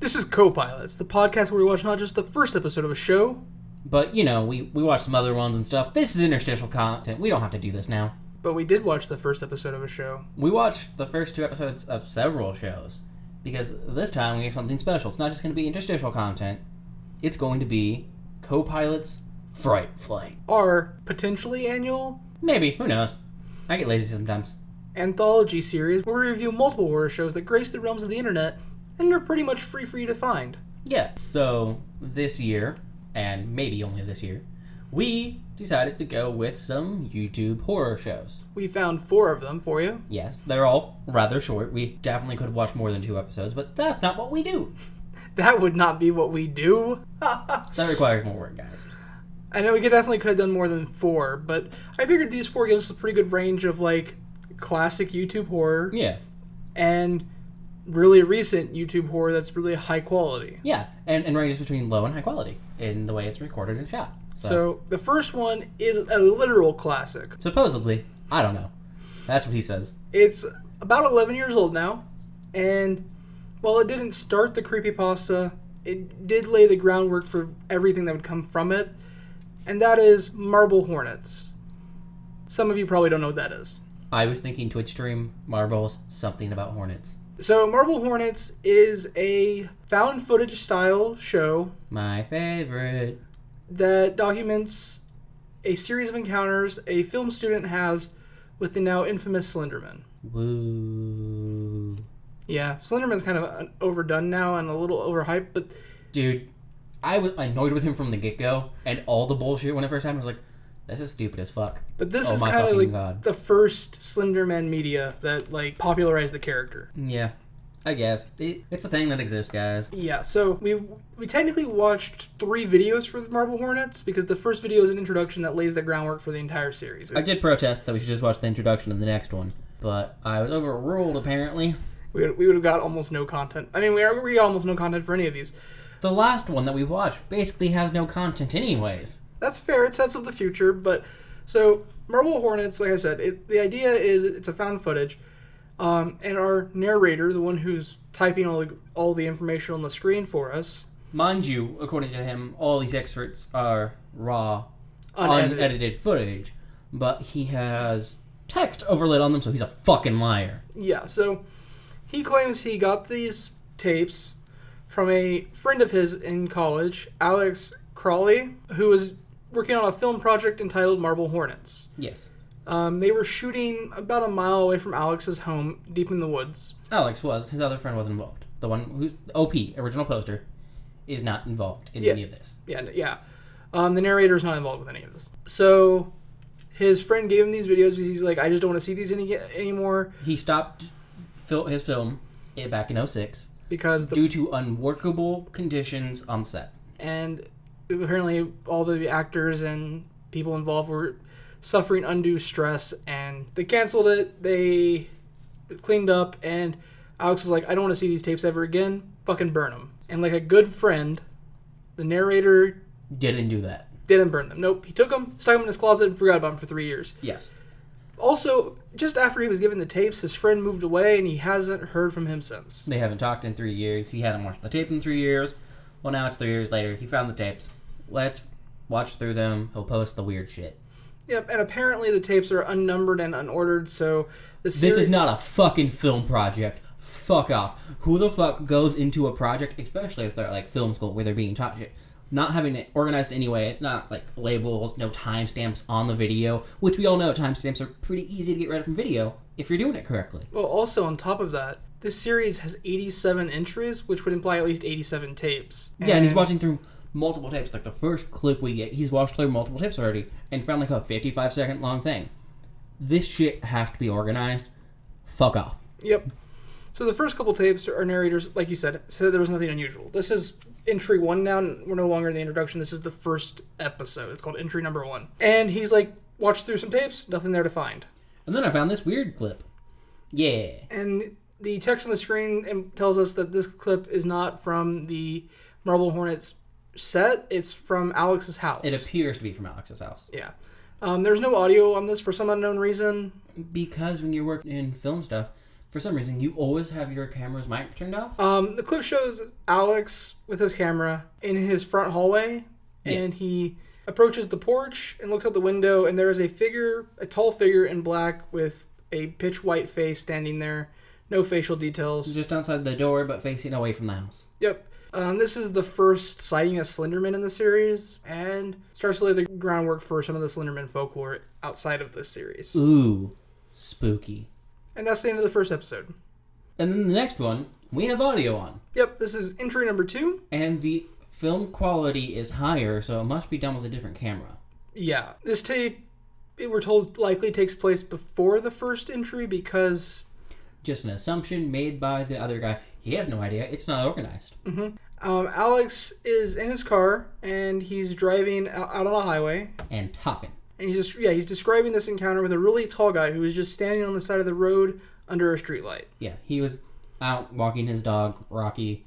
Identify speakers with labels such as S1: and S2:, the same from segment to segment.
S1: This is Co-Pilots, the podcast where we watch not just the first episode of a show,
S2: But you know, we we watched some other ones and stuff. This is interstitial content. We don't have to do this now.
S1: but we did watch the first episode of a show.
S2: We watched the first two episodes of several shows because this time we have something special. It's not just going to be interstitial content. It's going to be co-pilots fright flight.
S1: Our potentially annual
S2: Maybe who knows? I get lazy sometimes.
S1: anthology series where we review multiple horror shows that grace the realms of the internet and are pretty much free for you to find.
S2: Yeah. So this year, and maybe only this year, we decided to go with some YouTube horror shows.
S1: We found four of them for you.
S2: Yes, they're all rather short. We definitely could have watched more than two episodes, but that's not what we do.
S1: That would not be what we do.
S2: That requires more work, guys.
S1: I know we could definitely could have done more than four, but I figured these four gives us a pretty good range of like classic YouTube horror
S2: Yeah.
S1: and really recent YouTube horror that's really high quality.
S2: Yeah, and, and ranges between low and high quality in the way it's recorded and shot. So,
S1: So the first one is a literal classic.
S2: supposedly, I don't know. That's what he says.
S1: It's about 11 years old now, and while it didn't start the creepypasta, it did lay the groundwork for everything that would come from it, and that is Marble Hornets. Some of you probably don't know what that is.
S2: I was thinking Twitch stream, marbles, something about hornets.
S1: So Marble Hornets is a found footage style show
S2: My favorite.
S1: that documents a series of encounters a film student has with the now infamous Slenderman.
S2: Woo.
S1: Yeah, Slenderman's kind of uh, overdone now and a little overhyped, but
S2: Dude, I was annoyed with him from the get go, and all the bullshit when it first happened I was like, this is stupid as fuck.
S1: but this
S2: Oh
S1: is
S2: my
S1: kind of like
S2: fucking God.
S1: the first Slenderman media that like popularized the character.
S2: Yeah, I guess. It, it's a thing that exists, guys.
S1: Yeah, so we we technically watched three videos for the Marble Hornets because the first video is an introduction that lays the groundwork for the entire series.
S2: I did protest that we should just watch the introduction of the next one, but I was overruled apparently.
S1: We would, we would have got almost no content. I mean, we are we got almost no content for any of these.
S2: The last one that we watched basically has no content, anyways.
S1: That's fair. It sets up the future, but so Marble Hornets, like I said, it, the idea is it's a found footage, um, and our narrator, the one who's typing all the, all the information on the screen for us,
S2: Mind you, according to him, all these excerpts are raw,
S1: unedited.
S2: unedited, footage, but he has text overlaid on them, so he's a fucking liar.
S1: Yeah. So he claims he got these tapes from a friend of his in college, Alex Crawley, who was working on a film project entitled Marble Hornets.
S2: Yes.
S1: Um, they were shooting about a mile away from Alex's home, deep in the woods.
S2: Alex was, his other friend was involved. The one who's OP, original poster, is not involved in
S1: Yeah.
S2: any of this.
S1: Yeah, yeah. Um, the narrator's not involved with any of this. So his friend gave him these videos because he's like, I just don't want to see these any anymore
S2: He stopped fil- his film eh, back in 06
S1: because the
S2: due to unworkable conditions on set.
S1: and apparently all the actors and people involved were suffering undue stress and they canceled it. They cleaned up and Alex was like, I don't want to see these tapes ever again. Fucking burn them. And like a good friend, the narrator
S2: Didn't do that.
S1: didn't burn them. Nope, he took them, stuck them in his closet, and forgot about them for three years.
S2: Yes.
S1: Also, just after he was given the tapes, his friend moved away and he hasn't heard from him since.
S2: They haven't talked in three years. He hadn't watched the tape in three years. Well, now it's three years later. He found the tapes. Let's watch through them. He'll post the weird shit.
S1: Yep, and apparently the tapes are unnumbered and unordered, so the
S2: This
S1: series,
S2: is not a fucking film project. Fuck off. Who the fuck goes into a project, especially if they're at, like film school where they're being taught shit? Not having it organized anyway, not like labels, no timestamps on the video, which we all know timestamps are pretty easy to get rid of from video if you're doing it correctly.
S1: Well, also on top of that, this series has 87 entries, which would imply at least 87 tapes.
S2: Yeah, and he's watching through multiple tapes. Like the first clip we get, he's watched through multiple tapes already and found like a 55 second long thing. This shit has to be organized. Fuck off.
S1: Yep. So the first couple tapes are narrators, like you said, said there was nothing unusual. This is entry one now. and We're no longer in the introduction. This is the first episode. It's called entry number one. And he's like, watched through some tapes, nothing there to find.
S2: And then I found this weird clip. Yeah.
S1: and the text on the screen im- tells us that this clip is not from the Marble Hornets set. It's from Alex's house.
S2: It appears to be from Alex's house.
S1: yeah. Um, there's no audio on this for some unknown reason.
S2: Because when you work in film stuff, for some reason you always have your camera's mic turned off.
S1: Um, the clip shows Alex with his camera in his front hallway,
S2: Yes.
S1: and he approaches the porch and looks out the window, and there is a figure, a tall figure in black with a pitch white face standing there, no facial details.
S2: Just outside the door, but facing away from the house.
S1: Yep. Um, this is the first sighting of Slenderman in the series, and starts to lay the groundwork for some of the Slenderman folklore outside of this series.
S2: Ooh, spooky.
S1: And that's the end of the first episode.
S2: And then the next one, we have audio on.
S1: Yep, this is entry number two.
S2: And the film quality is higher, so it must be done with a different camera.
S1: Yeah, this tape, it, we're told, likely takes place before the first entry because
S2: Just an assumption made by the other guy. He has no idea. It's not organized.
S1: um, Alex is in his car and he's driving o- out on the highway.
S2: And topping.
S1: And he's just, yeah, he's describing this encounter with a really tall guy who is just standing on the side of the road under a streetlight.
S2: Yeah, he was out walking his dog, Rocky.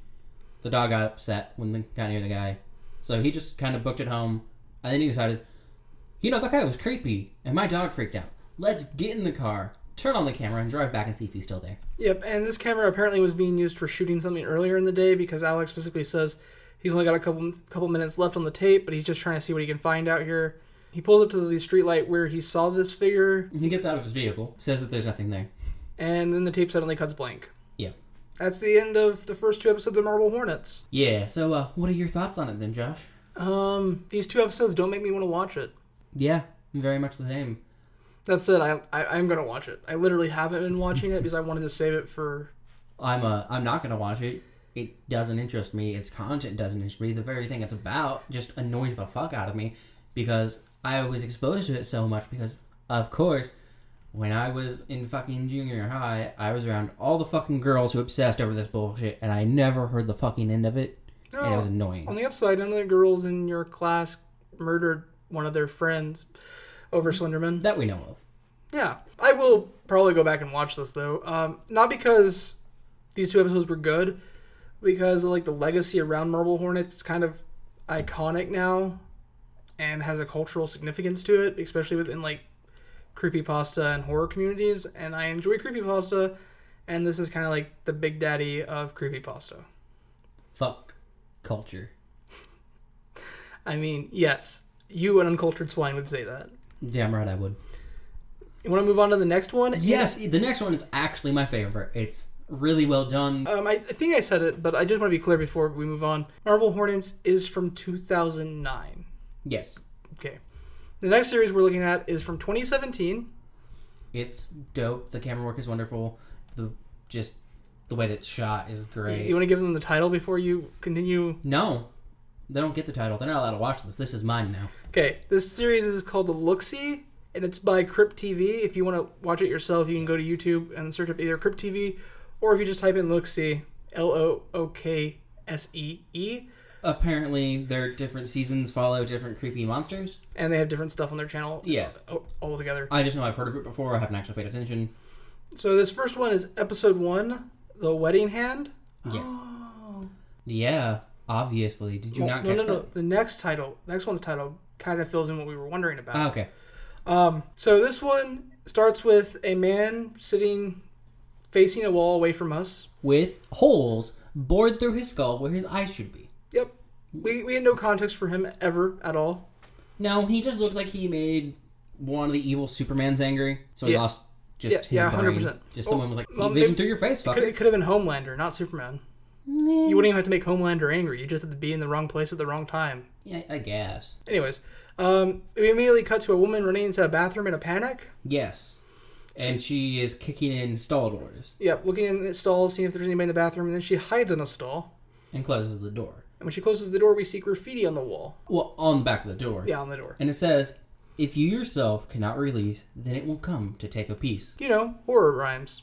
S2: The dog got upset when they got near the guy. So he just kind of booked it home. And then he decided, you know, that guy was creepy. And my dog freaked out. Let's get in the car, turn on the camera, and drive back and see if he's still there.
S1: Yep, and this camera apparently was being used for shooting something earlier in the day because Alex physically says he's only got a couple couple minutes left on the tape, but he's just trying to see what he can find out here. He pulls up to the streetlight where he saw this figure,
S2: He gets out of his vehicle, says that there's nothing there.
S1: and then the tape suddenly cuts blank.
S2: Yeah.
S1: That's the end of the first two episodes of Marble Hornets.
S2: Yeah, so uh, what are your thoughts on it then, Josh?
S1: Um, these two episodes don't make me want to watch it.
S2: Yeah, very much the same.
S1: That said, I, I I'm gonna watch it. I literally haven't been watching it because I wanted to save it for.
S2: I'm uh, I'm not gonna watch it. It doesn't interest me. Its content doesn't interest me. The very thing it's about just annoys the fuck out of me because I was exposed to it so much. Because of course, when I was in fucking junior high, I was around all the fucking girls who obsessed over this bullshit, and I never heard the fucking end of it. And it was
S1: No, oh, on
S2: annoying.
S1: the upside, none of the girls in your class murdered one of their friends over Slenderman.
S2: That we know of.
S1: Yeah, I will probably go back and watch this though. Um, not because these two episodes were good, because like the legacy around Marble Hornets is kind of iconic now, and has a cultural significance to it, especially within like creepypasta and horror communities. And I enjoy creepypasta, and this is kind of like the big daddy of creepypasta.
S2: Fuck culture.
S1: I mean, yes, you an uncultured swine would say that.
S2: Damn right I would.
S1: You want to move on to the next one?
S2: Yes, the next one is actually my favorite. It's really well done.
S1: Um, I, I think I said it, but I just want to be clear before we move on. Marble Hornets is from 2009.
S2: Yes,
S1: Okay. The next series we're looking at is from 2017.
S2: it's dope. The camera work is wonderful. The just the way that it's shot is great.
S1: You want to give them the title before you continue?
S2: no, they don't get the title. They're not allowed to watch this. This is mine now.
S1: Okay. This series is called The Look-See, and it's by Crypt TV. If you want to watch it yourself, you can go to YouTube and search up either Crypt TV, or if you just type in Look-See, E L-O-O-K-S-E-E,
S2: Apparently, their different seasons follow different creepy monsters.
S1: and they have different stuff on their channel.
S2: Yeah.
S1: All, all together.
S2: I just know I've heard of it before. I haven't actually paid attention.
S1: So this first one is episode one, The Wedding Hand.
S2: Yes. Yeah, obviously. Did you not
S1: Oh. no,
S2: catch
S1: no,
S2: that?
S1: no. The next title, next one's title, kind of fills in what we were wondering about.
S2: Ah, okay.
S1: Um, so this one starts with a man sitting facing a wall away from us.
S2: With holes bored through his skull where his eyes should be.
S1: Yep. We, we had no context for him ever at all.
S2: No, he just looks like he made one of the evil Superman's angry, so he
S1: Yeah.
S2: lost just
S1: Yeah,
S2: his
S1: yeah,
S2: brain.
S1: 100%.
S2: Just
S1: Oh,
S2: someone was like,
S1: well,
S2: "Eat vision
S1: maybe-
S2: through your face,
S1: Could,
S2: fucker."
S1: it could have been Homelander, not Superman. You wouldn't even have to make Homelander angry. You just have to be in the wrong place at the wrong time.
S2: Yeah, I guess.
S1: Anyways, um, we immediately cut to a woman running into a bathroom in a panic.
S2: Yes, and she is kicking in stall doors
S1: Yep, looking in the stalls, seeing if there's anybody in the bathroom, and then she hides in a stall.
S2: and closes the door.
S1: And when she closes the door, we see graffiti on the wall.
S2: Well, on the back of the door,
S1: Yeah, on the door.
S2: and it says, "If you yourself cannot release, then it will come to take a piece."
S1: You know, horror rhymes.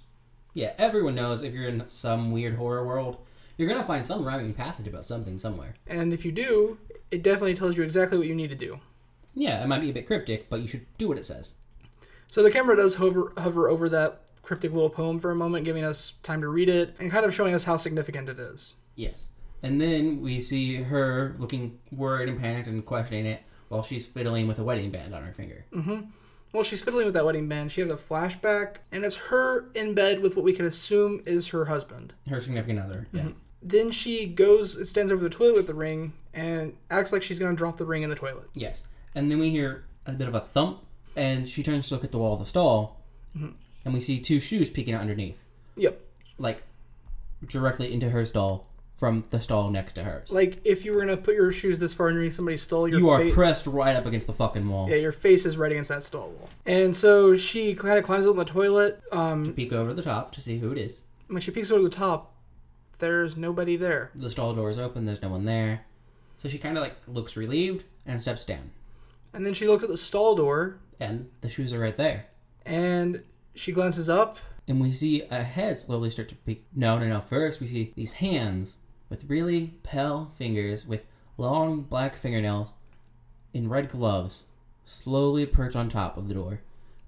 S2: Yeah, everyone knows if you're in some weird horror world, you're gonna find some rhyming passage about something somewhere.
S1: And if you do, it definitely tells you exactly what you need to do.
S2: Yeah, it might be a bit cryptic, but you should do what it says.
S1: So the camera does hover hover over that cryptic little poem for a moment, giving us time to read it and kind of showing us how significant it is.
S2: Yes. And then we see her looking worried and panicked and questioning it while she's fiddling with a wedding band on her finger.
S1: Well, she's fiddling with that wedding band. She has a flashback, and it's her in bed with what we can assume is her husband.
S2: Her significant other.
S1: Mm-hmm.
S2: Yeah.
S1: Then she goes, and stands over the toilet with the ring, and acts like she's gonna drop the ring in the toilet.
S2: Yes. And then we hear a bit of a thump, and she turns to look at the wall of the stall,
S1: Mm-hmm.
S2: and we see two shoes peeking out underneath,
S1: Yep.
S2: like directly into her stall from the stall next to hers.
S1: Like if you were gonna put your shoes this far underneath somebody's stall, your
S2: you are
S1: fa-
S2: pressed right up against the fucking wall.
S1: yeah, your face is right against that stall wall. And so she kind of climbs up on the toilet. Um,
S2: Peek over the top to see who it is.
S1: when she peeks over the top, there's nobody there.
S2: The stall door is open. There's no one there. So she kind of like looks relieved and steps down,
S1: And then she looks at the stall door,
S2: and the shoes are right there.
S1: and she glances up.
S2: and we see a head slowly start to peek. No, no, no. First, we see these hands with really pale fingers with long black fingernails in red gloves slowly perch on top of the door.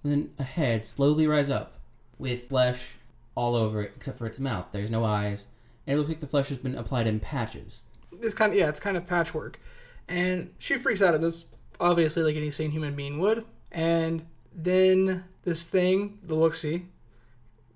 S2: And then a head slowly rise up with flesh all over it except for its mouth. There's no eyes. And it looks like the flesh has been applied in patches.
S1: It's kind of yeah, it's kind of patchwork. And she freaks out at this, obviously, like any sane human being would. And then this thing, the looksee,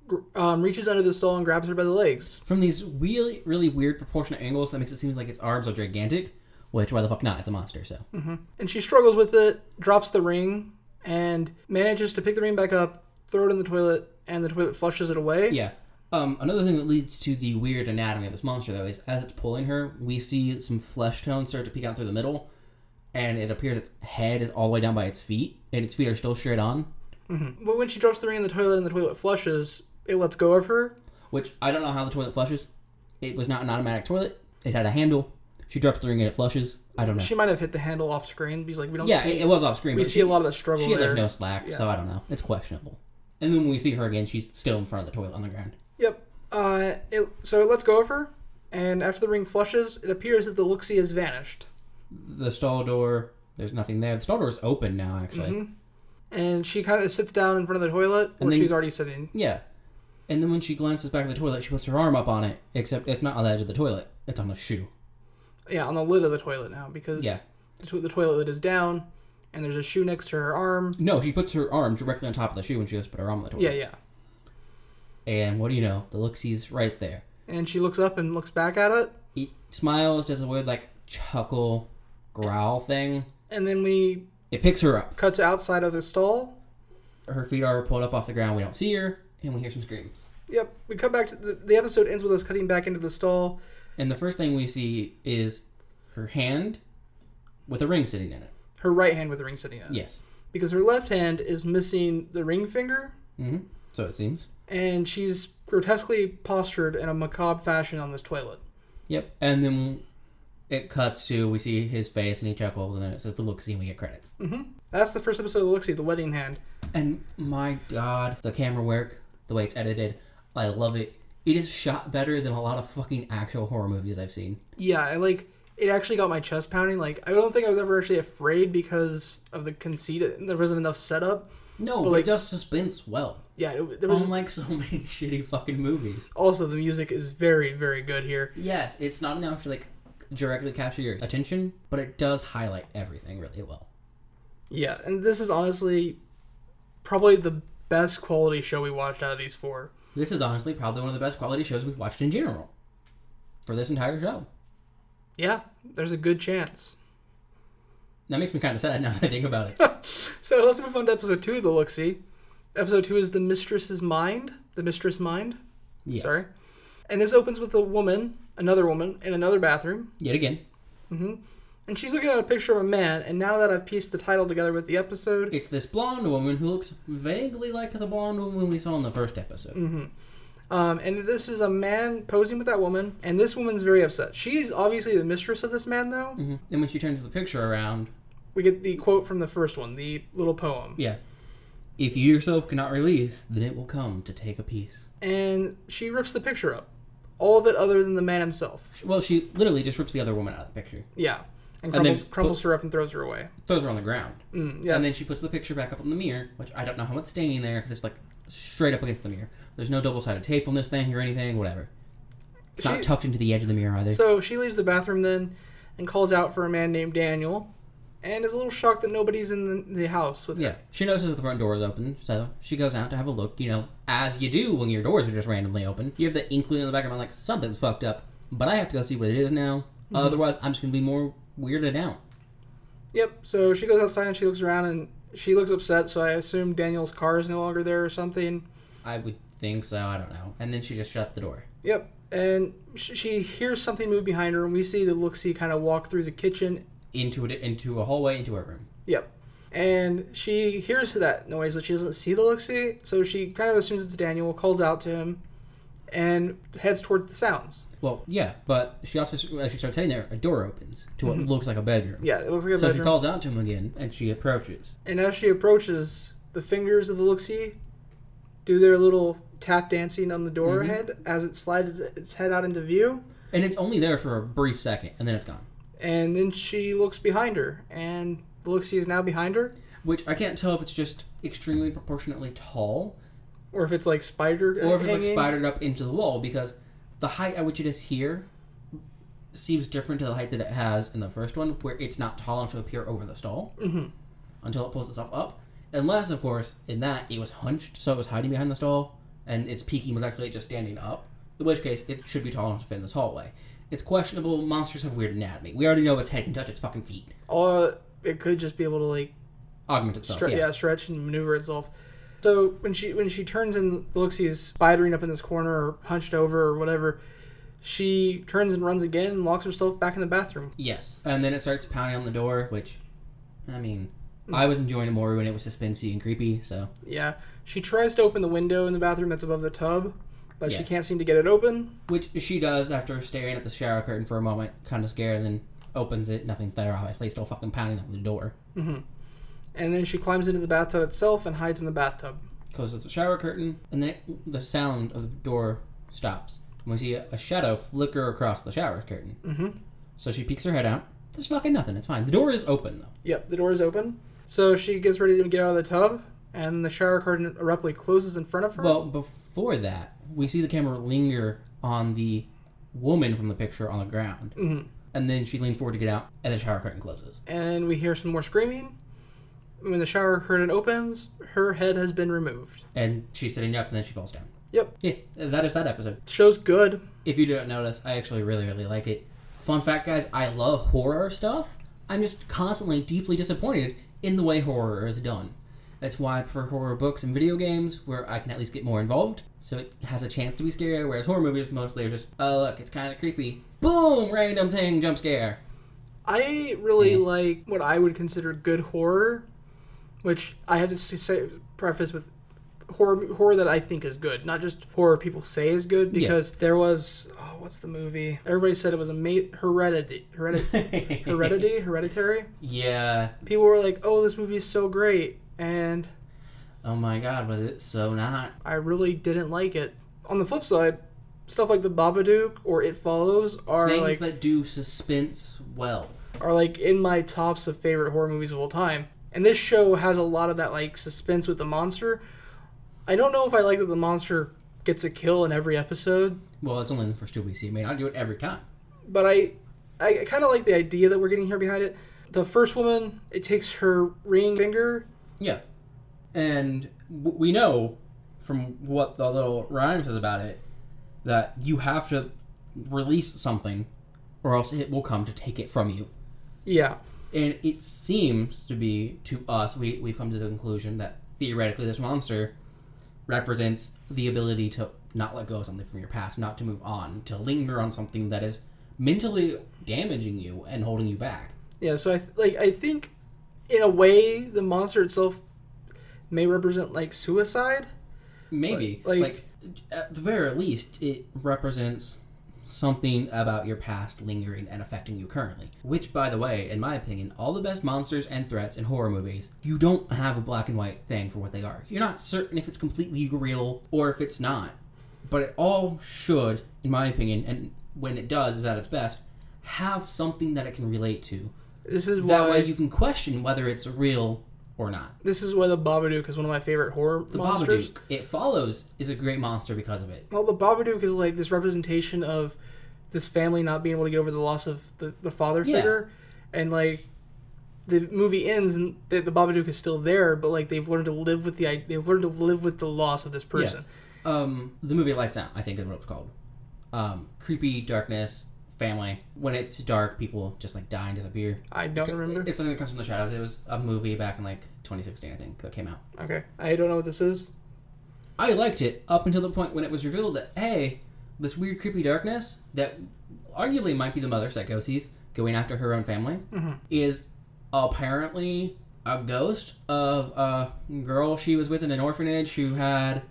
S1: gr- um, reaches under the stall and grabs her by the legs.
S2: From these really, really weird proportionate angles that makes it seem like its arms are gigantic, which, why the fuck not? It's a monster, so.
S1: and she struggles with it, drops the ring, and manages to pick the ring back up, throw it in the toilet, and the toilet flushes it away.
S2: Yeah. Um, another thing that leads to the weird anatomy of this monster, though, is as it's pulling her, we see some flesh tones start to peek out through the middle, and it appears its head is all the way down by its feet, and its feet are still straight on.
S1: But when she drops the ring in the toilet and the toilet flushes, it lets go of her.
S2: Which I don't know how the toilet flushes. It was not an automatic toilet. It had a handle. She drops the ring and it flushes. I don't know.
S1: She might have hit the handle off screen because like we don't
S2: yeah,
S1: see
S2: it, it was off screen.
S1: we
S2: but
S1: see a lot of the struggle
S2: She had
S1: there.
S2: like no slack, so I don't know. It's questionable. And then when we see her again, she's still in front of the toilet on the ground.
S1: Yep. Uh, it, so it lets go of her, and after the ring flushes, it appears that the looksee has vanished.
S2: The stall door. There's nothing there. The stall door is open now, actually.
S1: Mm-hmm. And she kind of sits down in front of the toilet where
S2: then-
S1: she's already sitting.
S2: Yeah. And then when she glances back at the toilet, she puts her arm up on it, except it's not on the edge of the toilet. It's on a shoe.
S1: Yeah, on the lid of the toilet now because
S2: Yeah.
S1: the, to- the toilet lid is down, and there's a shoe next to her arm.
S2: No, she puts her arm directly on top of the shoe when she goes to put her arm on the toilet.
S1: Yeah, yeah.
S2: And what do you know? The look sees right there.
S1: And she looks up and looks back at it,
S2: He smiles, does a weird, like, chuckle, growl thing.
S1: and then we
S2: It picks her up.
S1: cut to outside of the stall.
S2: Her feet are pulled up off the ground. We don't see her, and we hear some screams.
S1: Yep, we cut back to the, the episode ends with us cutting back into the stall.
S2: And the first thing we see is her hand with a ring sitting in it.
S1: Her right hand with the ring sitting in it.
S2: Yes.
S1: Because her left hand is missing the ring finger,
S2: hmm So it seems.
S1: and she's grotesquely postured in a macabre fashion on this toilet.
S2: Yep. And then it cuts to we see his face and he chuckles and then it says the look scene. We get credits.
S1: That's the first episode of Looksy, the wedding hand.
S2: And my God, the camera work, the way it's edited, I love it. It is shot better than a lot of fucking actual horror movies I've seen.
S1: Yeah, I like it actually got my chest pounding. Like I don't think I was ever actually afraid because of the conceit and there wasn't enough setup.
S2: No, but
S1: like-
S2: it does suspense well,
S1: Yeah, it, there was
S2: unlike so many shitty fucking movies.
S1: also the music is very very good here.
S2: Yes, it's not enough to like directly capture your attention, but it does highlight everything really well.
S1: Yeah, and this is honestly probably the best quality show we watched out of these four.
S2: This is honestly probably one of the best quality shows we've watched in general for this entire show.
S1: Yeah, there's a good chance.
S2: That makes me kind of sad now that I think about it.
S1: So let's move on to episode two of the Look See. Episode two is The Mistress's Mind. The Mistress Mind.
S2: Yes.
S1: Sorry. And this opens with a woman, another woman, in another bathroom.
S2: Yet again,
S1: And she's looking at a picture of a man, and now that I've pieced the title together with the episode,
S2: it's this blonde woman who looks vaguely like the blonde woman we saw in the first episode.
S1: Mm-hmm. um, and this is a man posing with that woman, and this woman's very upset. She's obviously the mistress of this man, though.
S2: Mhm. And when she turns the picture around,
S1: We get the quote from the first one, the little poem.
S2: yeah. If you yourself cannot release, then it will come to take a piece.
S1: and she rips the picture up. All of it other than the man himself.
S2: Well, she literally just rips the other woman out of the picture,
S1: Yeah. And
S2: And then-
S1: crumbles, crumbles her up and throws her away.
S2: throws her on the ground,
S1: Mm, yes.
S2: and then she puts the picture back up in the mirror, which I don't know how it's staying there because it's like straight up against the mirror. There's no double sided tape on this thing or anything, whatever. It's
S1: She-
S2: not tucked into the edge of the mirror either.
S1: so she leaves the bathroom then and calls out for a man named Daniel. and is a little shocked that nobody's in the, the house with
S2: Yeah,
S1: her.
S2: she notices the front door is open, so she goes out to have a look, you know, as you do when your doors are just randomly open. You have the inkling in the back of my mind, like, something's fucked up, but I have to go see what it is now.
S1: Mm-hmm.
S2: Otherwise, I'm just going to be more weirded out.
S1: Yep. So she goes outside and she looks around and she looks upset. So I assume Daniel's car is no longer there or something.
S2: I would think so, I don't know. And then she just shuts the door.
S1: Yep. And sh- she hears something move behind her, and we see the Looksee kind of walk through the kitchen.
S2: Into, it, into a hallway, into her room.
S1: Yep. And she hears that noise, but she doesn't see the Looksee, so she kind of assumes it's Daniel, calls out to him, and heads towards the sounds.
S2: Well, yeah, but she also, as she starts heading there, a door opens to what looks like a bedroom.
S1: Mm-hmm. Yeah, it looks like a
S2: So she
S1: bedroom.
S2: calls out to him again, and she approaches.
S1: and as she approaches, the fingers of the Looksee do their little tap dancing on the door
S2: Mm-hmm.
S1: head as it slides its head out into view.
S2: And it's only there for a brief second, and then it's gone.
S1: And then she looks behind her, and the Looksee is now behind her,
S2: Which I can't tell if it's just extremely proportionately tall
S1: or if it's like spider.
S2: or if it's like
S1: hanging.
S2: spidered up into the wall because the height at which it is here seems different to the height that it has in the first one, where it's not tall enough to appear over the stall until it pulls itself up. Unless, of course, in that it was hunched, so it was hiding behind the stall, and its peaking was actually just standing up. In which case, it should be tall enough to fit in this hallway. It's questionable. Monsters have weird anatomy. We already know its head can touch its fucking feet.
S1: Or it could just be able to like
S2: Augment itself.
S1: stre- yeah.
S2: yeah.
S1: stretch and maneuver itself. So when she when she turns and looks, he's spidering up in this corner or hunched over or whatever. She turns and runs again and locks herself back in the bathroom.
S2: Yes. And then it starts pounding on the door, which, I mean, I was enjoying it more when it was suspensey and creepy, so.
S1: Yeah, she tries to open the window in the bathroom that's above the tub, but
S2: Yeah.
S1: she can't seem to get it open.
S2: Which she does after staring at the shower curtain for a moment, kind of scared, and then opens it. Nothing's there, obviously, still fucking pounding on the door.
S1: And then she climbs into the bathtub itself and hides in the bathtub.
S2: Goes to the shower curtain, and then it, the sound of the door stops. And we see a, a shadow flicker across the shower curtain. Mm-hmm. So she peeks her head out. There's fucking nothing. It's fine. The door is open, though.
S1: Yep, the door is open. So she gets ready to get out of the tub, and the shower curtain abruptly closes in front of her.
S2: Well, before that, we see the camera linger on the woman from the picture on the ground. Mm-hmm. And then she leans forward to get out, and the shower curtain closes.
S1: and we hear some more screaming. When the shower curtain opens, her head has been removed.
S2: And she's sitting up, and then she falls down.
S1: Yep,
S2: Yeah, that is that episode.
S1: show's good.
S2: If you didn't notice, I actually really, really like it. Fun fact, guys, I love horror stuff. I'm just constantly deeply disappointed in the way horror is done. That's why I prefer horror books and video games, where I can at least get more involved, so it has a chance to be scary, whereas horror movies mostly are just, oh, look, it's kind of creepy. Boom! Random thing, jump scare.
S1: I really
S2: Yeah.
S1: like what I would consider good horror, which I have to s- say preface with horror horror that I think is good, not just horror people say is good. Because there was oh, what's the movie? Everybody said it was a ma- heredity, heredity, heredity, hereditary.
S2: yeah.
S1: People were like, "Oh, this movie is so great," and
S2: Oh my god, was it so not?
S1: I really didn't like it. On the flip side, stuff like The Babadook or It Follows are
S2: Things
S1: like
S2: that do suspense well.
S1: are like in my tops of favorite horror movies of all time. And this show has a lot of that like suspense with the monster. I don't know if I like that the monster gets a kill in every episode,
S2: Well, it's only in the first two we see. May not do it every time.
S1: but I I kind of like the idea that we're getting here behind it. The first woman, it takes her ring finger.
S2: Yeah. And w- we know from what the little rhyme says about it that you have to release something or else it will come to take it from you.
S1: Yeah.
S2: And it seems to be, to us, we, we've come to the conclusion that theoretically this monster represents the ability to not let go of something from your past, not to move on, to linger on something that is mentally damaging you and holding you back.
S1: Yeah, so I th- like I think in a way the monster itself may represent like suicide.
S2: Maybe.
S1: Like-
S2: Like, at the very least, it represents something about your past lingering and affecting you currently. Which, by the way, in my opinion, all the best monsters and threats in horror movies, you don't have a black and white thing for what they are. You're not certain if it's completely real or if it's not. But it all should, in my opinion, and when it does, is at its best, have something that it can relate to.
S1: This is
S2: That
S1: why
S2: way you can question whether it's real or not.
S1: this is why the Babadook is one of my favorite horror
S2: The
S1: monsters.
S2: Babadook, it follows, is a great monster because of it.
S1: Well, the Babadook is like this representation of this family not being able to get over the loss of the, the father
S2: Yeah.
S1: figure, and like the movie ends and the, the Babadook is still there, but like they've learned to live with the i- they've learned to live with the loss of this person.
S2: Um, the movie Lights Out, I think is what it's called. Um, creepy darkness, family. When it's dark, people just like die and disappear.
S1: I don't remember.
S2: It's something that comes from the shadows. It was a movie back in like 2016, I think, that came out.
S1: okay, I don't know what this is.
S2: I liked it up until the point when it was revealed that hey, this weird creepy darkness that arguably might be the mother psychoses going after her own family
S1: Mm-hmm.
S2: is apparently a ghost of a girl she was with in an orphanage who had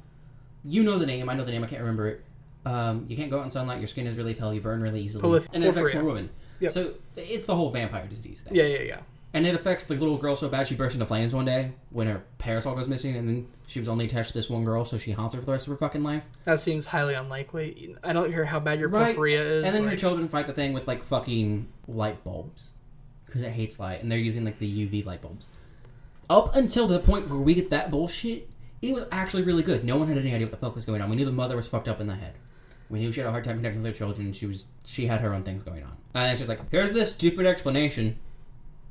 S2: you know the name I know the name I can't remember it um, you can't go out in sunlight your skin is really pale you burn really easily
S1: Polyph-
S2: and it affects
S1: porphyria.
S2: more women
S1: Yep.
S2: so it's the whole vampire disease thing
S1: Yeah, yeah, yeah.
S2: and it affects the little girl so bad she bursts into flames one day when her parasol goes missing, and then she was only attached to this one girl, so she haunts her for the rest of her fucking life.
S1: That seems highly unlikely. I don't care how bad your
S2: Right.
S1: porphyria is.
S2: and then your
S1: like-
S2: children fight the thing with like fucking light bulbs because it hates light, and they're using like the UV light bulbs. Up until the point where we get that bullshit, it was actually really good. No one had any idea what the fuck was going on. We knew the mother was fucked up in the head. We knew she had a hard time connecting with her children. She was she had her own things going on, and it's just like here's this stupid explanation.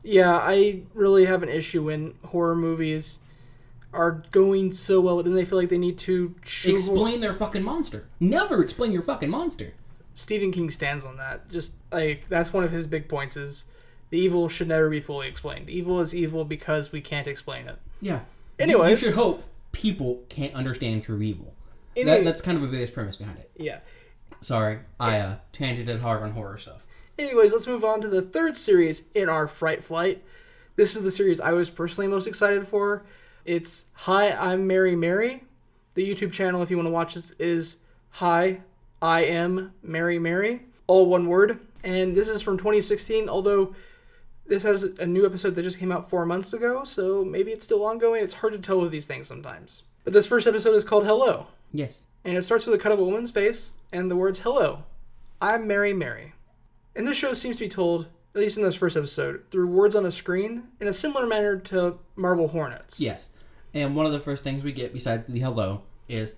S1: yeah, I really have an issue when horror movies are going so well, but then they feel like they need to shoehorn-
S2: Explain their fucking monster. Never explain your fucking monster.
S1: Stephen King stands on that. Just like that's one of his big points is the evil should never be fully explained. Evil is evil because we can't explain it.
S2: Yeah.
S1: Anyways.
S2: you should hope people can't understand true evil.
S1: Any-
S2: That, that's kind of a base premise behind it.
S1: yeah.
S2: Sorry, I uh, tangented hard on horror stuff.
S1: Anyways, let's move on to the third series in our Fright Flight. This is the series I was personally most excited for. It's Hi, I'm Mary Mary. The YouTube channel, if you want to watch this, is Hi, I Am Mary Mary. All one word. And this is from 2016, although this has a new episode that just came out four months ago, so maybe it's still ongoing. It's hard to tell with these things sometimes. But this first episode is called Hello,
S2: Yes.
S1: and it starts with a cut of a woman's face and the words hello i'm mary mary and this show seems to be told at least in this first episode through words on a screen in a similar manner to marble hornets
S2: Yes. And one of the first things we get besides the hello is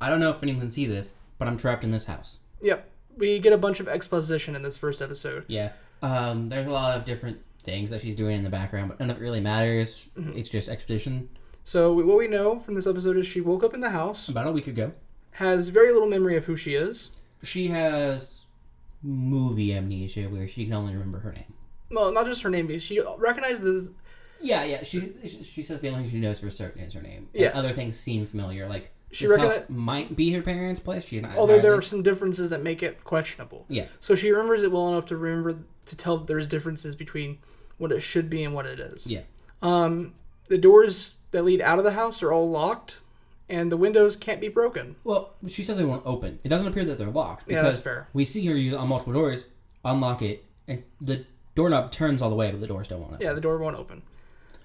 S2: I don't know if anyone can see this, but I'm trapped in this house.
S1: yep we get a bunch of exposition in this first episode
S2: Yeah. Um, there's a lot of different things that she's doing in the background, but none of it really matters.
S1: Mm-hmm.
S2: It's just exposition.
S1: so we- what we know from this episode is she woke up in the house
S2: About a week ago,
S1: has very little memory of who she is
S2: she has movie amnesia where she can only remember her name.
S1: well not just her name but she recognizes
S2: Yeah, yeah. She she- she says the only thing she knows for certain is her name.
S1: Yeah.
S2: And other things seem familiar. Like
S1: She
S2: this
S1: recogni-
S2: house might be her parents' place. She's not.
S1: although there
S2: entirely-
S1: are some differences that make it questionable
S2: Yeah,
S1: so she remembers it well enough to remember to tell that there's differences between what it should be and what it is
S2: yeah.
S1: Um, the doors that lead out of the house are all locked, and the windows can't be broken.
S2: Well, she says they won't open. It doesn't appear that they're locked because
S1: Yeah, that's fair.
S2: we see her use on multiple doors, unlock it, and the doorknob turns all the way, but the door still won't open.
S1: Yeah, the door won't open.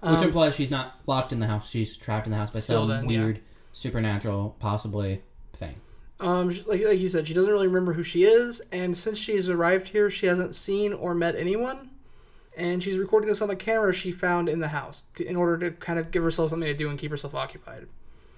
S2: Which implies she's not locked in the house. She's trapped in the house by some
S1: Um, Sealed in, yeah.
S2: weird supernatural, possibly thing.
S1: Um, sh- like like you said, she doesn't really remember who she is, and since she's arrived here, she hasn't seen or met anyone. And she's recording this on a camera she found in the house to, in order to kind of give herself something to do and keep herself occupied.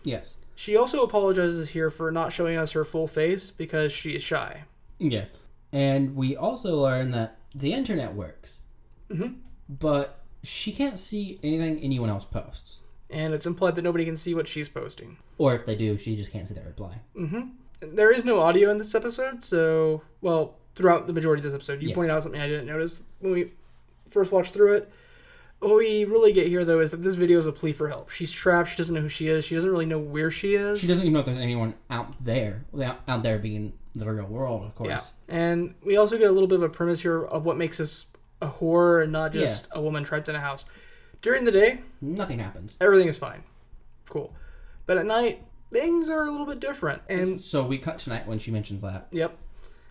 S2: Yes.
S1: She also apologizes here for not showing us her full face because she is shy.
S2: Yeah. And we also learn that the internet works. Mm-hmm. But she can't see anything anyone else posts.
S1: And it's implied that nobody can see what she's posting.
S2: Or if they do, she just can't see their reply.
S1: there is no audio in this episode, so well, throughout the majority of this episode, you
S2: Yes.
S1: pointed out something I didn't notice when we first watched through it. What we really get here though is that this video is a plea for help. She's trapped. She doesn't know who she is. She doesn't really know where she is.
S2: She doesn't even know if there's anyone out there, out, out there being the real world, of course.
S1: Yeah. And we also get a little bit of a premise here of what makes this a horror and not just a woman trapped in a house. During the day,
S2: Nothing happens.
S1: everything is fine, cool, but at night things are a little bit different. And
S2: So we cut tonight when she mentions that.
S1: yep,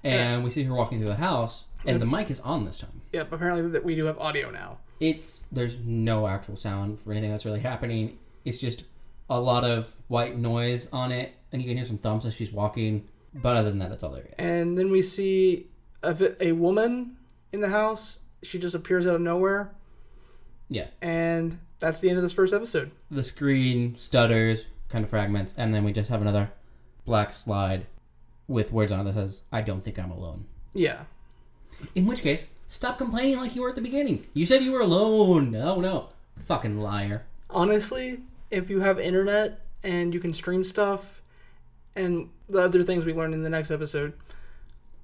S2: And we see her walking through the house, and the mic is on this time.
S1: yep. Apparently that we do have audio now.
S2: It's there's no actual sound for anything that's really happening. It's just a lot of white noise on it, and you can hear some thumps as she's walking. But other than that, that's all there is.
S1: and then we see a, vi- a woman in the house. She just appears out of nowhere,
S2: yeah,
S1: and that's the end of this first episode.
S2: the screen stutters, kind of fragments, and then we just have another black slide with words on it that says, "I don't think I'm alone."
S1: Yeah,
S2: In which case, stop complaining like you were at the beginning. You said you were alone. No, no. Fucking liar.
S1: Honestly, if you have internet and you can stream stuff and the other things we learned in the next episode,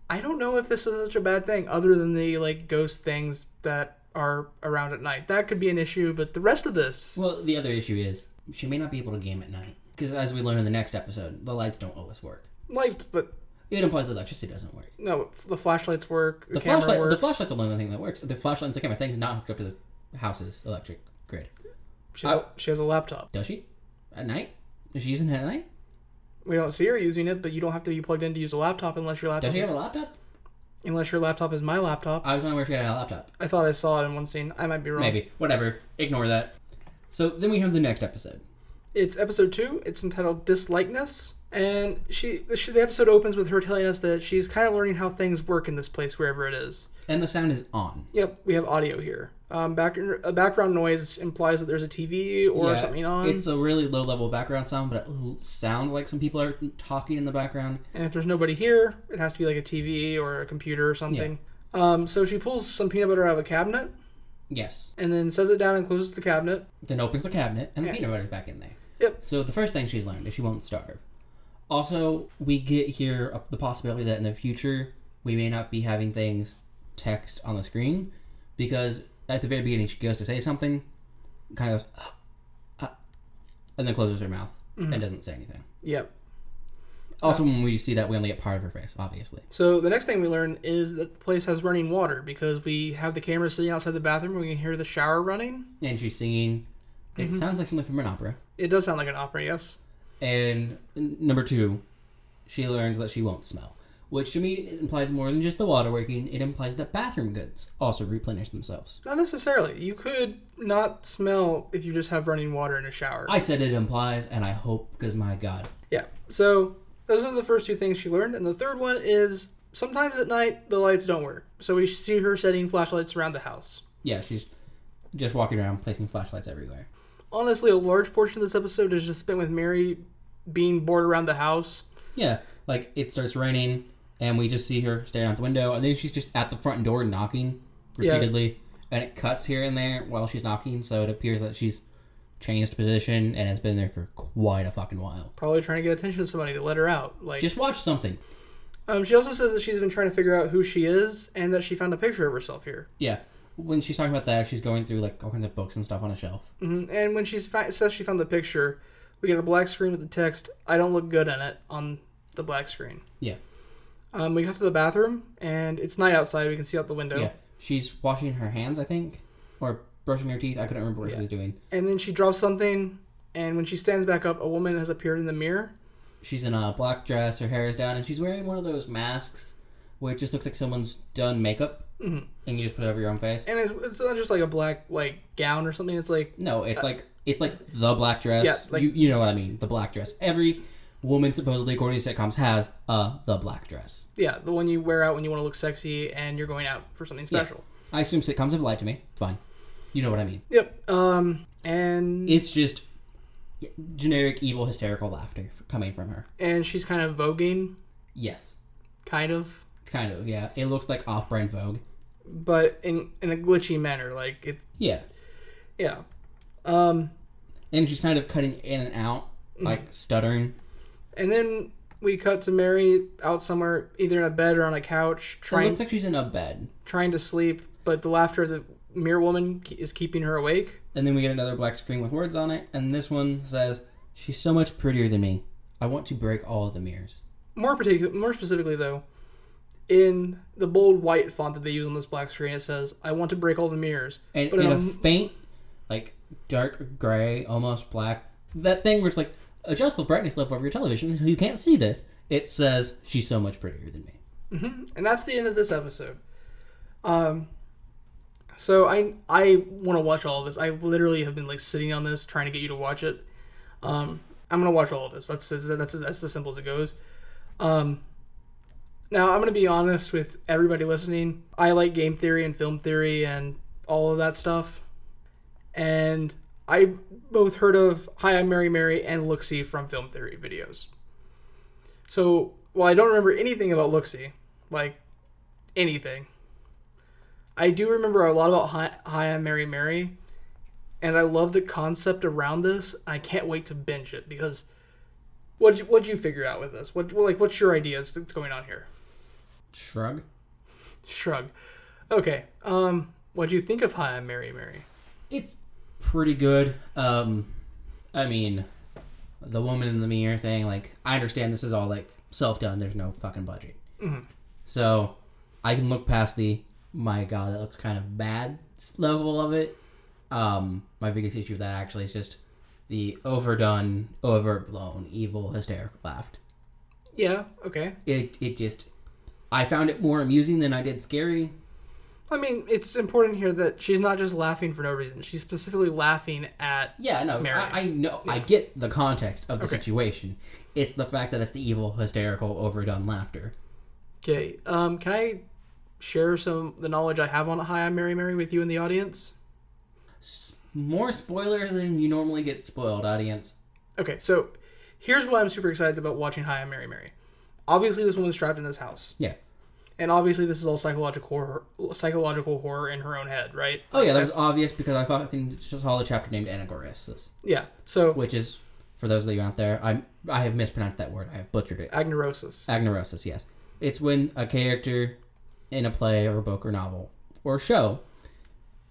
S1: I don't know if this is such a bad thing other than the like ghost things that are around at night. That could be an issue, but the rest of this
S2: Well, the other issue is she may not be able to game at night. Because as we learn in the next episode, the lights don't always work.
S1: lights but
S2: It implies the electricity doesn't work.
S1: no, the flashlights work, the,
S2: The
S1: camera
S2: flashlight,
S1: works.
S2: the flashlight's the only thing that works. The flashlight and the camera thing's not hooked up to the house's electric grid.
S1: she, has, she has a laptop.
S2: Does she? At night? Is she using it at night?
S1: We don't see her using it, but you don't have to be plugged in to use a laptop unless your laptop
S2: Does she
S1: is,
S2: have a laptop?
S1: unless your laptop is my laptop.
S2: I was wondering where she had a laptop.
S1: I thought I saw it in one scene. I might be wrong.
S2: Maybe. Whatever. Ignore that. So then we have the next episode.
S1: It's episode two. It's entitled "Dislikeness," and she, she the episode opens with her telling us that she's kind of learning how things work in this place, wherever it is.
S2: And the sound is on.
S1: Yep, we have audio here. Um, back a background noise implies that there's a TV or
S2: Yeah,
S1: something on,
S2: It's a really low level background sound, but it l- sounds like some people are talking in the background.
S1: and if there's nobody here, it has to be like a TV or a computer or something. Um, so she pulls some peanut butter out of a cabinet
S2: Yes.
S1: and then sets it down and closes the cabinet.
S2: Then opens the cabinet, and the peanut butter's back in there.
S1: Yep.
S2: So the first thing she's learned is she won't starve. Also, we get here uh, the possibility that in the future we may not be having things text on the screen because at the very beginning she goes to say something, kind of goes, "Ah, ah," and then closes her mouth and doesn't say anything.
S1: Yep.
S2: Also, when we see that, we only get part of her face, obviously.
S1: So the next thing we learn is that the place has running water because we have the camera sitting outside the bathroom. and We can hear the shower running.
S2: And she's singing. It sounds like something from an opera.
S1: It does sound like an opera, yes.
S2: And n- number two, she learns that she won't smell, which to me implies more than just the water working. It implies that bathroom goods also replenish themselves.
S1: Not necessarily. You could not smell if you just have running water in a shower.
S2: I said it implies, and I hope because my God,
S1: yeah. So those are the first two things she learned, and the third one is sometimes at night the lights don't work. So we see her setting flashlights around the house.
S2: yeah, she's just walking around placing flashlights everywhere.
S1: Honestly, a large portion of this episode is just spent with Mary being bored around the house.
S2: Yeah, like it starts raining, and we just see her staring out the window, and then she's just at the front door knocking
S1: Yeah.
S2: repeatedly, and it cuts here and there while she's knocking, so it appears that she's changed position and has been there for quite a fucking while.
S1: Probably trying to get attention to somebody to let her out. Like
S2: Just watch something.
S1: Um, she also says that she's been trying to figure out who she is and that she found a picture of herself here.
S2: Yeah. When she's talking about that, she's going through like all kinds of books and stuff on a shelf.
S1: hmm And when she fa- says she found the picture, we get a black screen with the text, I don't look good in it, on the black screen.
S2: Yeah.
S1: Um, we go to the bathroom and it's night outside. We can see out the window.
S2: Yeah. She's washing her hands, I think, or brushing her teeth. I couldn't remember what she was doing.
S1: And then she drops something. And when she stands back up, a woman has appeared in the mirror.
S2: She's in a black dress, her hair is down, and she's wearing one of those masks where it just looks like someone's done makeup
S1: Mm-hmm.
S2: and you just put it over your own face.
S1: And it's, it's not just like a black like gown or something. It's like
S2: No, it's like it's like the black dress.
S1: yeah, like-
S2: you, you know what I mean, the black dress. Every woman supposedly according to sitcoms has uh the black dress.
S1: yeah, the one you wear out when you want to look sexy and you're going out for something special.
S2: I assume sitcoms have lied to me. Fine. You know what I mean.
S1: Yep. Um. And
S2: It's just generic evil hysterical laughter f- coming from her.
S1: and she's kind of voguing,
S2: Yes,
S1: kind of.
S2: kind of. Yeah, it looks like off-brand Vogue.
S1: but in in a glitchy manner. Like it,
S2: Yeah,
S1: yeah. Um,
S2: and she's kind of cutting in and out, like stuttering.
S1: and then we cut to Mary out somewhere, either in a bed or on a couch,
S2: It
S1: trying
S2: looks like she's in a bed,
S1: trying to sleep, but the laughter of the mirror woman ke- is keeping her awake.
S2: and then we get another black screen with words on it, and this one says, "She's so much prettier than me. I want to break all of the mirrors."
S1: More particular, more specifically though, in the bold white font that they use on this black screen, it says, "I want to break all the mirrors."
S2: And
S1: But
S2: in
S1: in
S2: a
S1: a-
S2: faint, like dark gray, almost black, that thing where it's like adjust the brightness level of your television so you can't see this. It says, "She's so much prettier than me."
S1: And that's the end of this episode. Um. So I I want to watch all of this. I literally have been like sitting on this trying to get you to watch it. Um, I'm gonna watch all of this. That's that's that's as simple as it goes. Um, now I'm gonna be honest with everybody listening. I like game theory and film theory and all of that stuff. And I both heard of Hi I'm Mary Mary and Looksee from film theory videos. So while I don't remember anything about Looksee, like anything, I do remember a lot about Hi, Hi I'm Mary Mary, and I love the concept around this. I can't wait to binge it because what you, what'd you figure out with this? What like what's your ideas that's going on here?
S2: Shrug.
S1: Shrug. Okay. Um, what'd you think of Hi I'm Mary Mary?
S2: It's pretty good. Um, I mean, the woman in the mirror thing. Like, I understand this is all like self done. There's no fucking budget. So, I can look past the my god that looks kind of bad level of it. Um, my biggest issue with that actually is just the overdone, overblown, evil, hysterical laugh.
S1: Yeah. Okay.
S2: It it just I found it more amusing than I did scary.
S1: I mean, it's important here that she's not just laughing for no reason. She's specifically laughing at
S2: Yeah, no,
S1: Mary.
S2: I, I know. I get the context of the
S1: Okay.
S2: situation. It's the fact that it's the evil, hysterical, overdone laughter.
S1: Okay. Um, can I share some the knowledge I have on Hi, I'm Mary Mary with you in the audience?
S2: More spoilers than you normally get spoiled, audience.
S1: Okay, so here's why I'm super excited about watching Hi, I'm Mary Mary. Obviously, this woman's trapped in this house,
S2: Yeah.
S1: and obviously, this is all psychological horror, psychological horror in her own head, right?
S2: Oh yeah, that was
S1: That's-
S2: obvious because I fucking saw the chapter named Anagorasis,
S1: yeah. So
S2: which is for those of you out there, I'm I have mispronounced that word. I have butchered it.
S1: agnerosis.
S2: Agnerosis, yes. It's when a character in a play or book or novel or show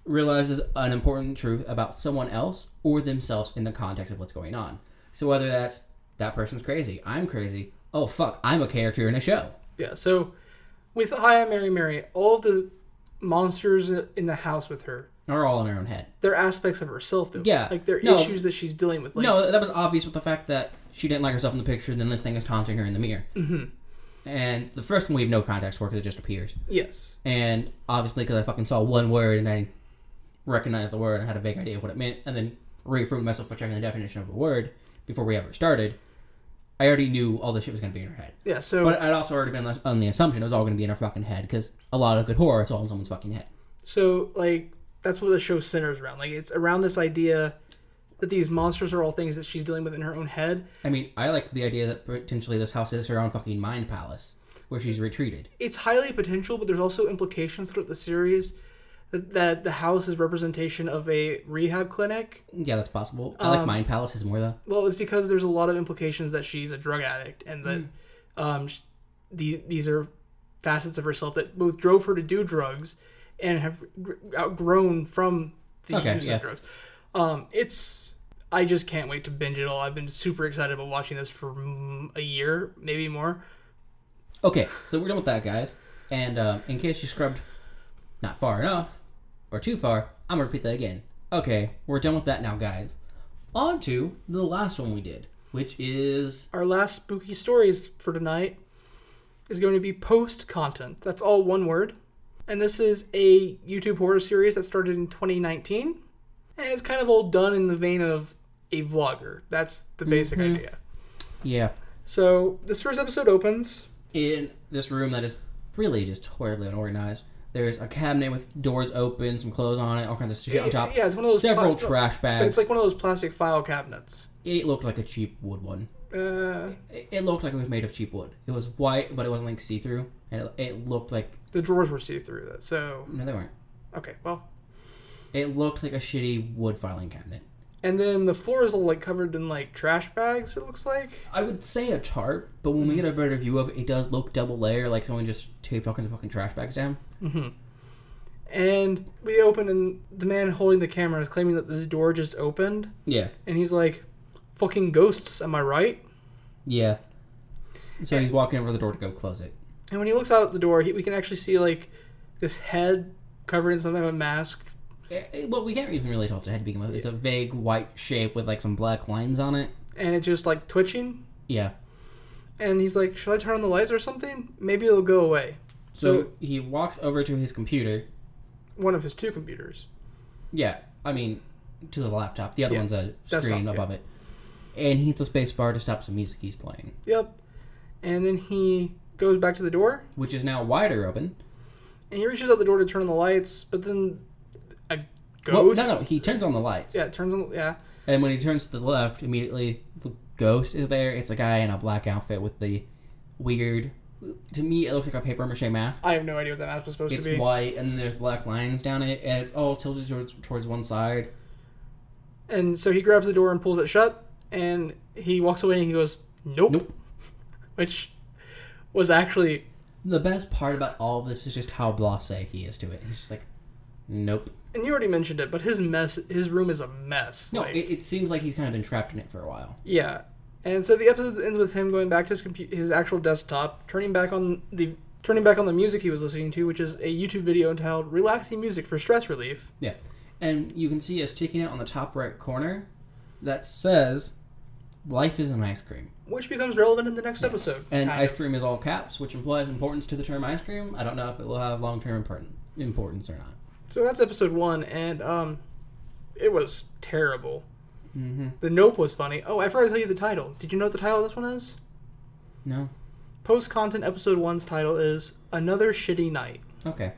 S2: realizes an important truth about someone else or themselves in the context of what's going on. So whether that's that person's crazy, I'm crazy, oh fuck, I'm a character in a show.
S1: Yeah. So with Hi, I'm Mary Mary, all of the monsters in the house with her,
S2: Are all in her own head.
S1: they're aspects of herself, though.
S2: Yeah.
S1: Like they're
S2: No.
S1: issues that she's dealing with. Like,
S2: no, that was obvious with the fact that she didn't like herself in the picture, then this thing is taunting her in the mirror. Mm-hmm. And the first one we have no context for because it just appears.
S1: Yes.
S2: and obviously because I fucking saw one word and I recognized the word and had a vague idea of what it meant, and then reaffirmed myself by checking the definition of a word before we ever started, I already knew all this shit was going to be in her head.
S1: Yeah. So
S2: But I'd also already been on the- on the assumption it was all going to be in her fucking head because a lot of good horror is all in someone's fucking head.
S1: So like that's what the show centers around. Like it's around this idea that these monsters are all things that she's dealing with in her own head.
S2: I mean, I like the idea that potentially this house is her own fucking mind palace where she's retreated.
S1: It's highly potential, but there's also implications throughout the series that, that the house is representation of a rehab clinic.
S2: Yeah, that's possible. I like mind palaces more though.
S1: Well, it's because there's a lot of implications that she's a drug addict and that
S2: Mm.
S1: um, sh- the, these are facets of herself that both drove her to do drugs and have gr- outgrown from the
S2: Okay,
S1: use
S2: yeah.
S1: of drugs. Um, it's I just can't wait to binge it all. I've been super excited about watching this for mm, a year, maybe more.
S2: Okay, so we're done with that, guys. And um, in case you scrubbed not far enough or too far, I'm gonna repeat that again. Okay, we're done with that now, guys. On to the last one we did, which is
S1: Our last spooky stories for tonight is going to be post content. That's all one word. And this is a YouTube horror series that started in 2019. And it's kind of all done in the vein of a vlogger. That's the basic
S2: Mm-hmm.
S1: idea.
S2: yeah,
S1: So this first episode opens.
S2: in this room that is really just horribly unorganized. There's a cabinet with doors open, some clothes on it, all kinds of shit on top.
S1: Yeah, it's one of those
S2: several
S1: pla-
S2: trash bags.
S1: But it's like one of those plastic file cabinets.
S2: it looked like a cheap wood one.
S1: Uh,
S2: It it looked like it was made of cheap wood. It was white, but it wasn't like see through, and it, it looked like
S1: the drawers were see through. That so
S2: no, they weren't.
S1: okay. Well,
S2: It looked like a shitty wood filing cabinet.
S1: and then the floor is all like covered in like trash bags. It looks like.
S2: I would say a tarp, but
S1: Mm-hmm.
S2: when we get a better view of it, it does look double layer, like someone just taped all kinds of fucking trash bags down.
S1: And we open, and the man holding the camera is claiming that this door just opened,
S2: Yeah,
S1: and he's like, "Fucking ghosts, am I right?"
S2: yeah. So he's walking over the door to go close it.
S1: And when he looks out at the door, he, we can actually see like this head covered in some type of mask.
S2: Eh, eh, Well, we can't even really tell if it's a head to begin with. It's a vague white shape with like some black lines on it.
S1: And it's just like twitching.
S2: Yeah.
S1: And he's like, "Should I turn on the lights or something? Maybe it'll go away."
S2: So,
S1: So-
S2: he walks over to his computer.
S1: One of his two computers.
S2: Yeah, I mean, to the laptop. The other
S1: Yeah.
S2: one's a
S1: Desktop,
S2: screen
S1: yeah.
S2: above it. And he hits a space bar to stop some music he's playing,
S1: Yep. And then he goes back to the door,
S2: which is now wider open.
S1: and he reaches out the door to turn on the lights, but then a
S2: Well,
S1: ghost.
S2: no, no, he turns on the lights.
S1: Yeah, turns on. Yeah.
S2: And when he turns to the left, immediately the ghost is there. It's a guy in a black outfit with the weird to me, it looks like a paper mache mask.
S1: I have no idea what that mask was supposed
S2: It's
S1: to be.
S2: white, and then there's black lines down it, and it's all tilted towards, towards one side.
S1: And so he grabs the door and pulls it shut, and he walks away and he goes, "Nope,",
S2: Nope.
S1: which was actually
S2: The best part about all of this is just how blasé he is to it. He's just like, nope.
S1: and you already mentioned it, but his mess, his room is a mess.
S2: No,
S1: like-
S2: it, it seems like he's kind of been trapped in it for a while.
S1: yeah. And so the episode ends with him going back to his compu- his actual desktop, turning back on the turning back on the music he was listening to, which is a YouTube video entitled "Relaxing Music for Stress Relief."
S2: Yeah. And you can see us sticking out on the top right corner that says, life is an ice cream.
S1: which becomes relevant in the next episode.
S2: And
S1: kind
S2: ice
S1: of.
S2: cream is all caps, which implies importance to the term ice cream. I don't know if it will have long term important, importance or not.
S1: So that's episode one, and um, it was terrible.
S2: Mm-hmm.
S1: The Nope was funny. Oh, I forgot to tell you the title. Did you know what the title of this one is?
S2: No?
S1: Post content episode one's title is Another Shitty Night.
S2: Okay.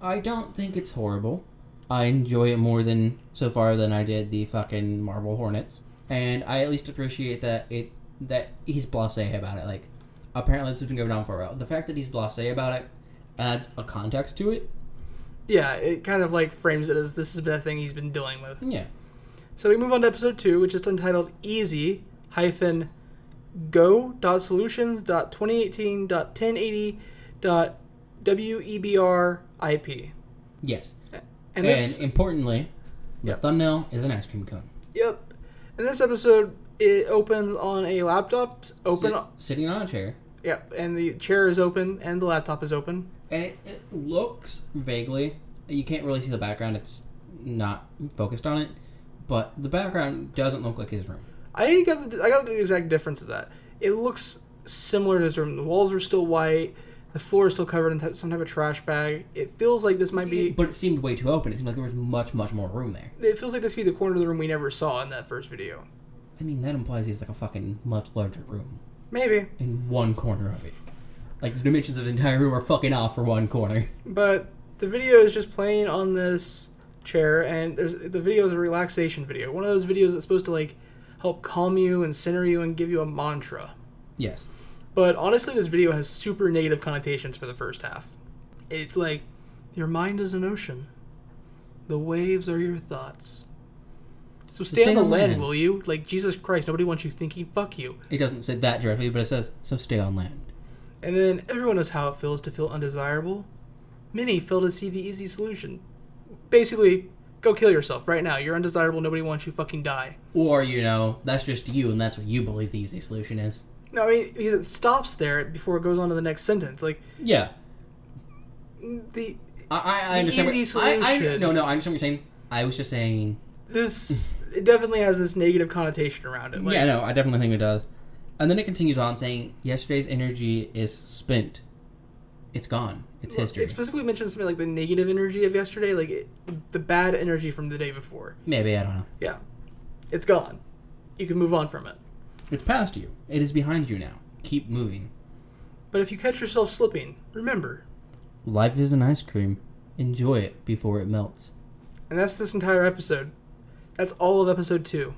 S2: I don't think it's horrible. I enjoy it more than so far than I did the fucking Marble Hornets, and I at least appreciate that it that he's blasé about it. Like, apparently this has been going on for a while. The fact that he's blasé about it adds a context to it.
S1: Yeah, it kind of like frames it as this has been a thing he's been dealing with.
S2: Yeah,
S1: So we move on to episode two, which is entitled Easy hyphen go dot solutions dot twenty eighteen dot ten eighty dot E WEBR IP.
S2: yes,
S1: And
S2: and,
S1: this
S2: importantly, the
S1: Yep.
S2: thumbnail is an ice cream cone.
S1: Yep. In this episode, it opens on a laptop. Open.
S2: Sit- sitting on a chair,
S1: Yep. And the chair is open, and the laptop is open.
S2: and it, it looks vaguely. You can't really see the background; it's not focused on it, but the background doesn't look like his room.
S1: I got the I got the exact difference of that. It looks similar to this room. The walls are still white. The floor is still covered in t- some type of trash bag. It feels like this might be.
S2: It- but it seemed way too open. It seemed like there was much, much more room there.
S1: It feels like this could be the corner of the room we never saw in that first video.
S2: I mean, that implies he's like a fucking much larger room
S1: Maybe,
S2: in one corner of it. Like the dimensions of the entire room are fucking off for one corner.
S1: but the video is just playing on this chair, and there's the video is a relaxation video. One of those videos that's supposed to like help calm you and center you and give you a mantra.
S2: Yes.
S1: But honestly, this video has super negative connotations for the first half. It's like, your mind is an ocean. The waves are your thoughts. So stay, on the land, will you? Like, Jesus Christ, nobody wants you thinking, fuck you.
S2: It doesn't say that directly, but it says, so stay on land.
S1: And then everyone knows how it feels to feel undesirable. Many fail to see the easy solution. Basically, go kill yourself right now. You're undesirable, nobody wants you, fucking die.
S2: Or, you know, that's just you and that's what you believe the easy solution is.
S1: No, I mean, because it stops there before it goes on to the next sentence. Like,
S2: Yeah.
S1: the.
S2: I, I, I
S1: The
S2: understand. what-
S1: easy
S2: I, I,
S1: solution.
S2: no, no, I understand what you're saying. I was just saying.
S1: This. It definitely has this negative connotation around it. Like,
S2: yeah, no, I definitely think it does. And then it continues on saying, yesterday's energy is spent. It's gone. It's
S1: Well,
S2: history.
S1: It specifically mentions something like the negative energy of yesterday, like it, the bad energy from the day before.
S2: Maybe, I don't know.
S1: Yeah, it's gone. You can move on from it.
S2: It's past you. It is behind you now. Keep moving.
S1: But if you catch yourself slipping, remember.
S2: Life is an ice cream. Enjoy it before it melts.
S1: And that's this entire episode. That's all of episode two.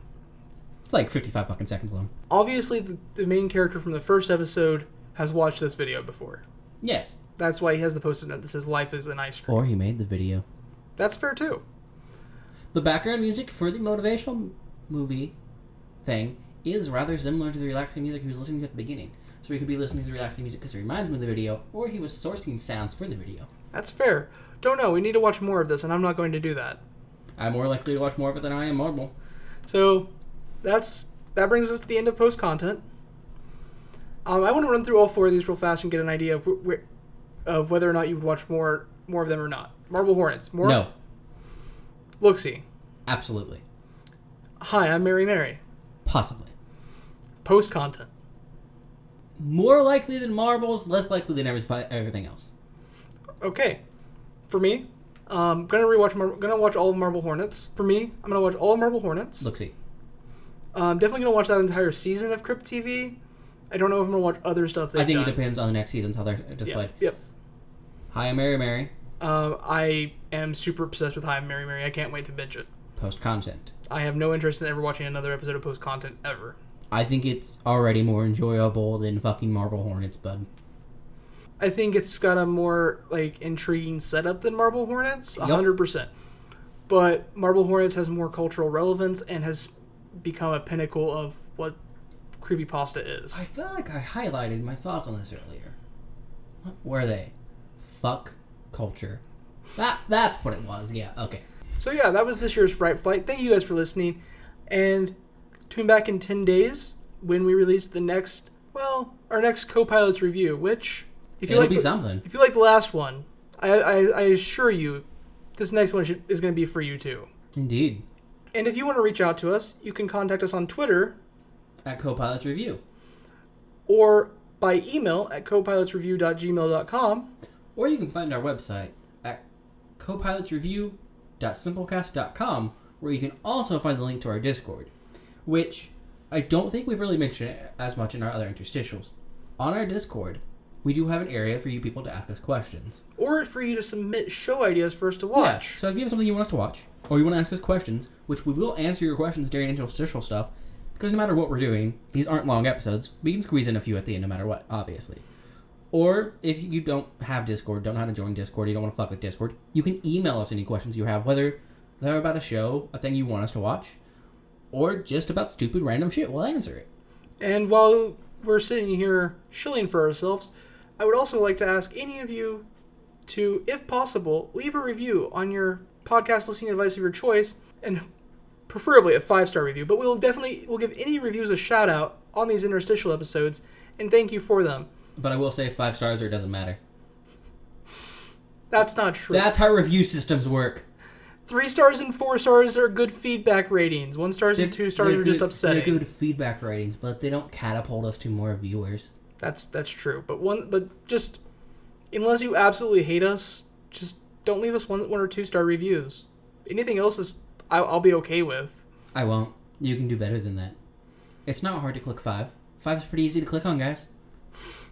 S2: It's like 55 fucking seconds long.
S1: Obviously, the, the main character from the first episode has watched this video before.
S2: Yes.
S1: That's why he has the post-it note that says "Life is an ice cream."
S2: Or he made the video.
S1: That's fair too.
S2: The background music for the motivational m- movie thing is rather similar to the relaxing music he was listening to at the beginning. So he could be listening to the relaxing music because it reminds him of the video, or he was sourcing sounds for the video.
S1: That's fair. Don't know. We need to watch more of this, and I'm not going to do that.
S2: I'm more likely to watch more of it than I am Marble.
S1: So that's that brings us to the end of post content. Um, I want to run through all four of these real fast and get an idea of wh- wh- of whether or not you would watch more more of them or not. Marble Hornets, more.
S2: No,
S1: Look, see.
S2: absolutely.
S1: Hi, I'm Mary Mary.
S2: Possibly.
S1: Post content.
S2: More likely than marbles, less likely than everyth- everything else.
S1: Okay, for me, um, gonna rewatch. Mar- gonna watch all of Marble Hornets. For me, I'm gonna watch all of Marble Hornets.
S2: Look, see.
S1: Um, definitely gonna watch that entire season of Crypt TV. I don't know if I'm gonna watch other stuff. They've
S2: I think
S1: done.
S2: it depends on the next season's how they're displayed.
S1: Yep. yep.
S2: Hi, I'm Mary Mary.
S1: Um, I am super obsessed with Hi, I'm Mary Mary. I can't wait to binge it.
S2: Post content.
S1: I have no interest in ever watching another episode of post content ever.
S2: I think it's already more enjoyable than fucking Marble Hornets, bud.
S1: I think it's got a more like intriguing setup than Marble Hornets,
S2: Yup.
S1: hundred percent. But Marble Hornets has more cultural relevance and has become a pinnacle of what creepypasta is.
S2: I feel like I highlighted my thoughts on this earlier. What were they? Fuck culture. That that's what it was. Yeah. Okay.
S1: So yeah, that was this year's Fright Flight. Thank you guys for listening, and tune back in ten days when we release the next, well, our next co-pilot's review. Which, if you
S2: It'll
S1: like,
S2: be
S1: the,
S2: something.
S1: if you like the last one, I, I, I assure you, this next one should, is going to be for you too.
S2: Indeed.
S1: And if you want to reach out to us, you can contact us on Twitter
S2: At Copilot's review,
S1: or by email at copilotsreview.gmail.com.
S2: or you can find our website at copilotsreview.simplecast.com, where you can also find the link to our Discord, which I don't think we've really mentioned it as much in our other interstitials. On our Discord, we do have an area for you people to ask us questions.
S1: Or for you to submit show ideas for us to
S2: Yeah,
S1: watch.
S2: So if you have something you want us to watch, or you want to ask us questions, which we will answer your questions during interstitial stuff, because no matter what we're doing, these aren't long episodes. We can squeeze in a few at the end, no matter what, obviously. Or if you don't have Discord, don't know how to join Discord, you don't want to fuck with Discord, you can email us any questions you have, whether they're about a show, a thing you want us to watch, or just about stupid random shit. We'll answer it.
S1: And while we're sitting here shilling for ourselves, I would also like to ask any of you to, if possible, leave a review on your podcast listening device of your choice, and preferably a five star review. But we'll definitely we'll give any reviews a shout out on these interstitial episodes, and thank you for them.
S2: But I will say five stars or it doesn't matter.
S1: That's not true.
S2: That's how review systems work.
S1: Three stars and four stars are good feedback ratings. One stars and two stars
S2: They're
S1: are just
S2: good-
S1: upsetting.
S2: They're good feedback ratings, but they don't catapult us to more viewers.
S1: That's that's true. But one, but just unless you absolutely hate us, just don't leave us one one or two star reviews. Anything else is I, I'll be okay with.
S2: I won't. You can do better than that. It's not hard to click five. Five's pretty easy to click on, guys.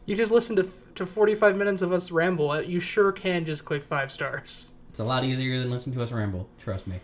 S1: You just listen to to forty five minutes of us ramble. You sure can just click five stars.
S2: It's a lot easier than listening to us ramble. Trust me.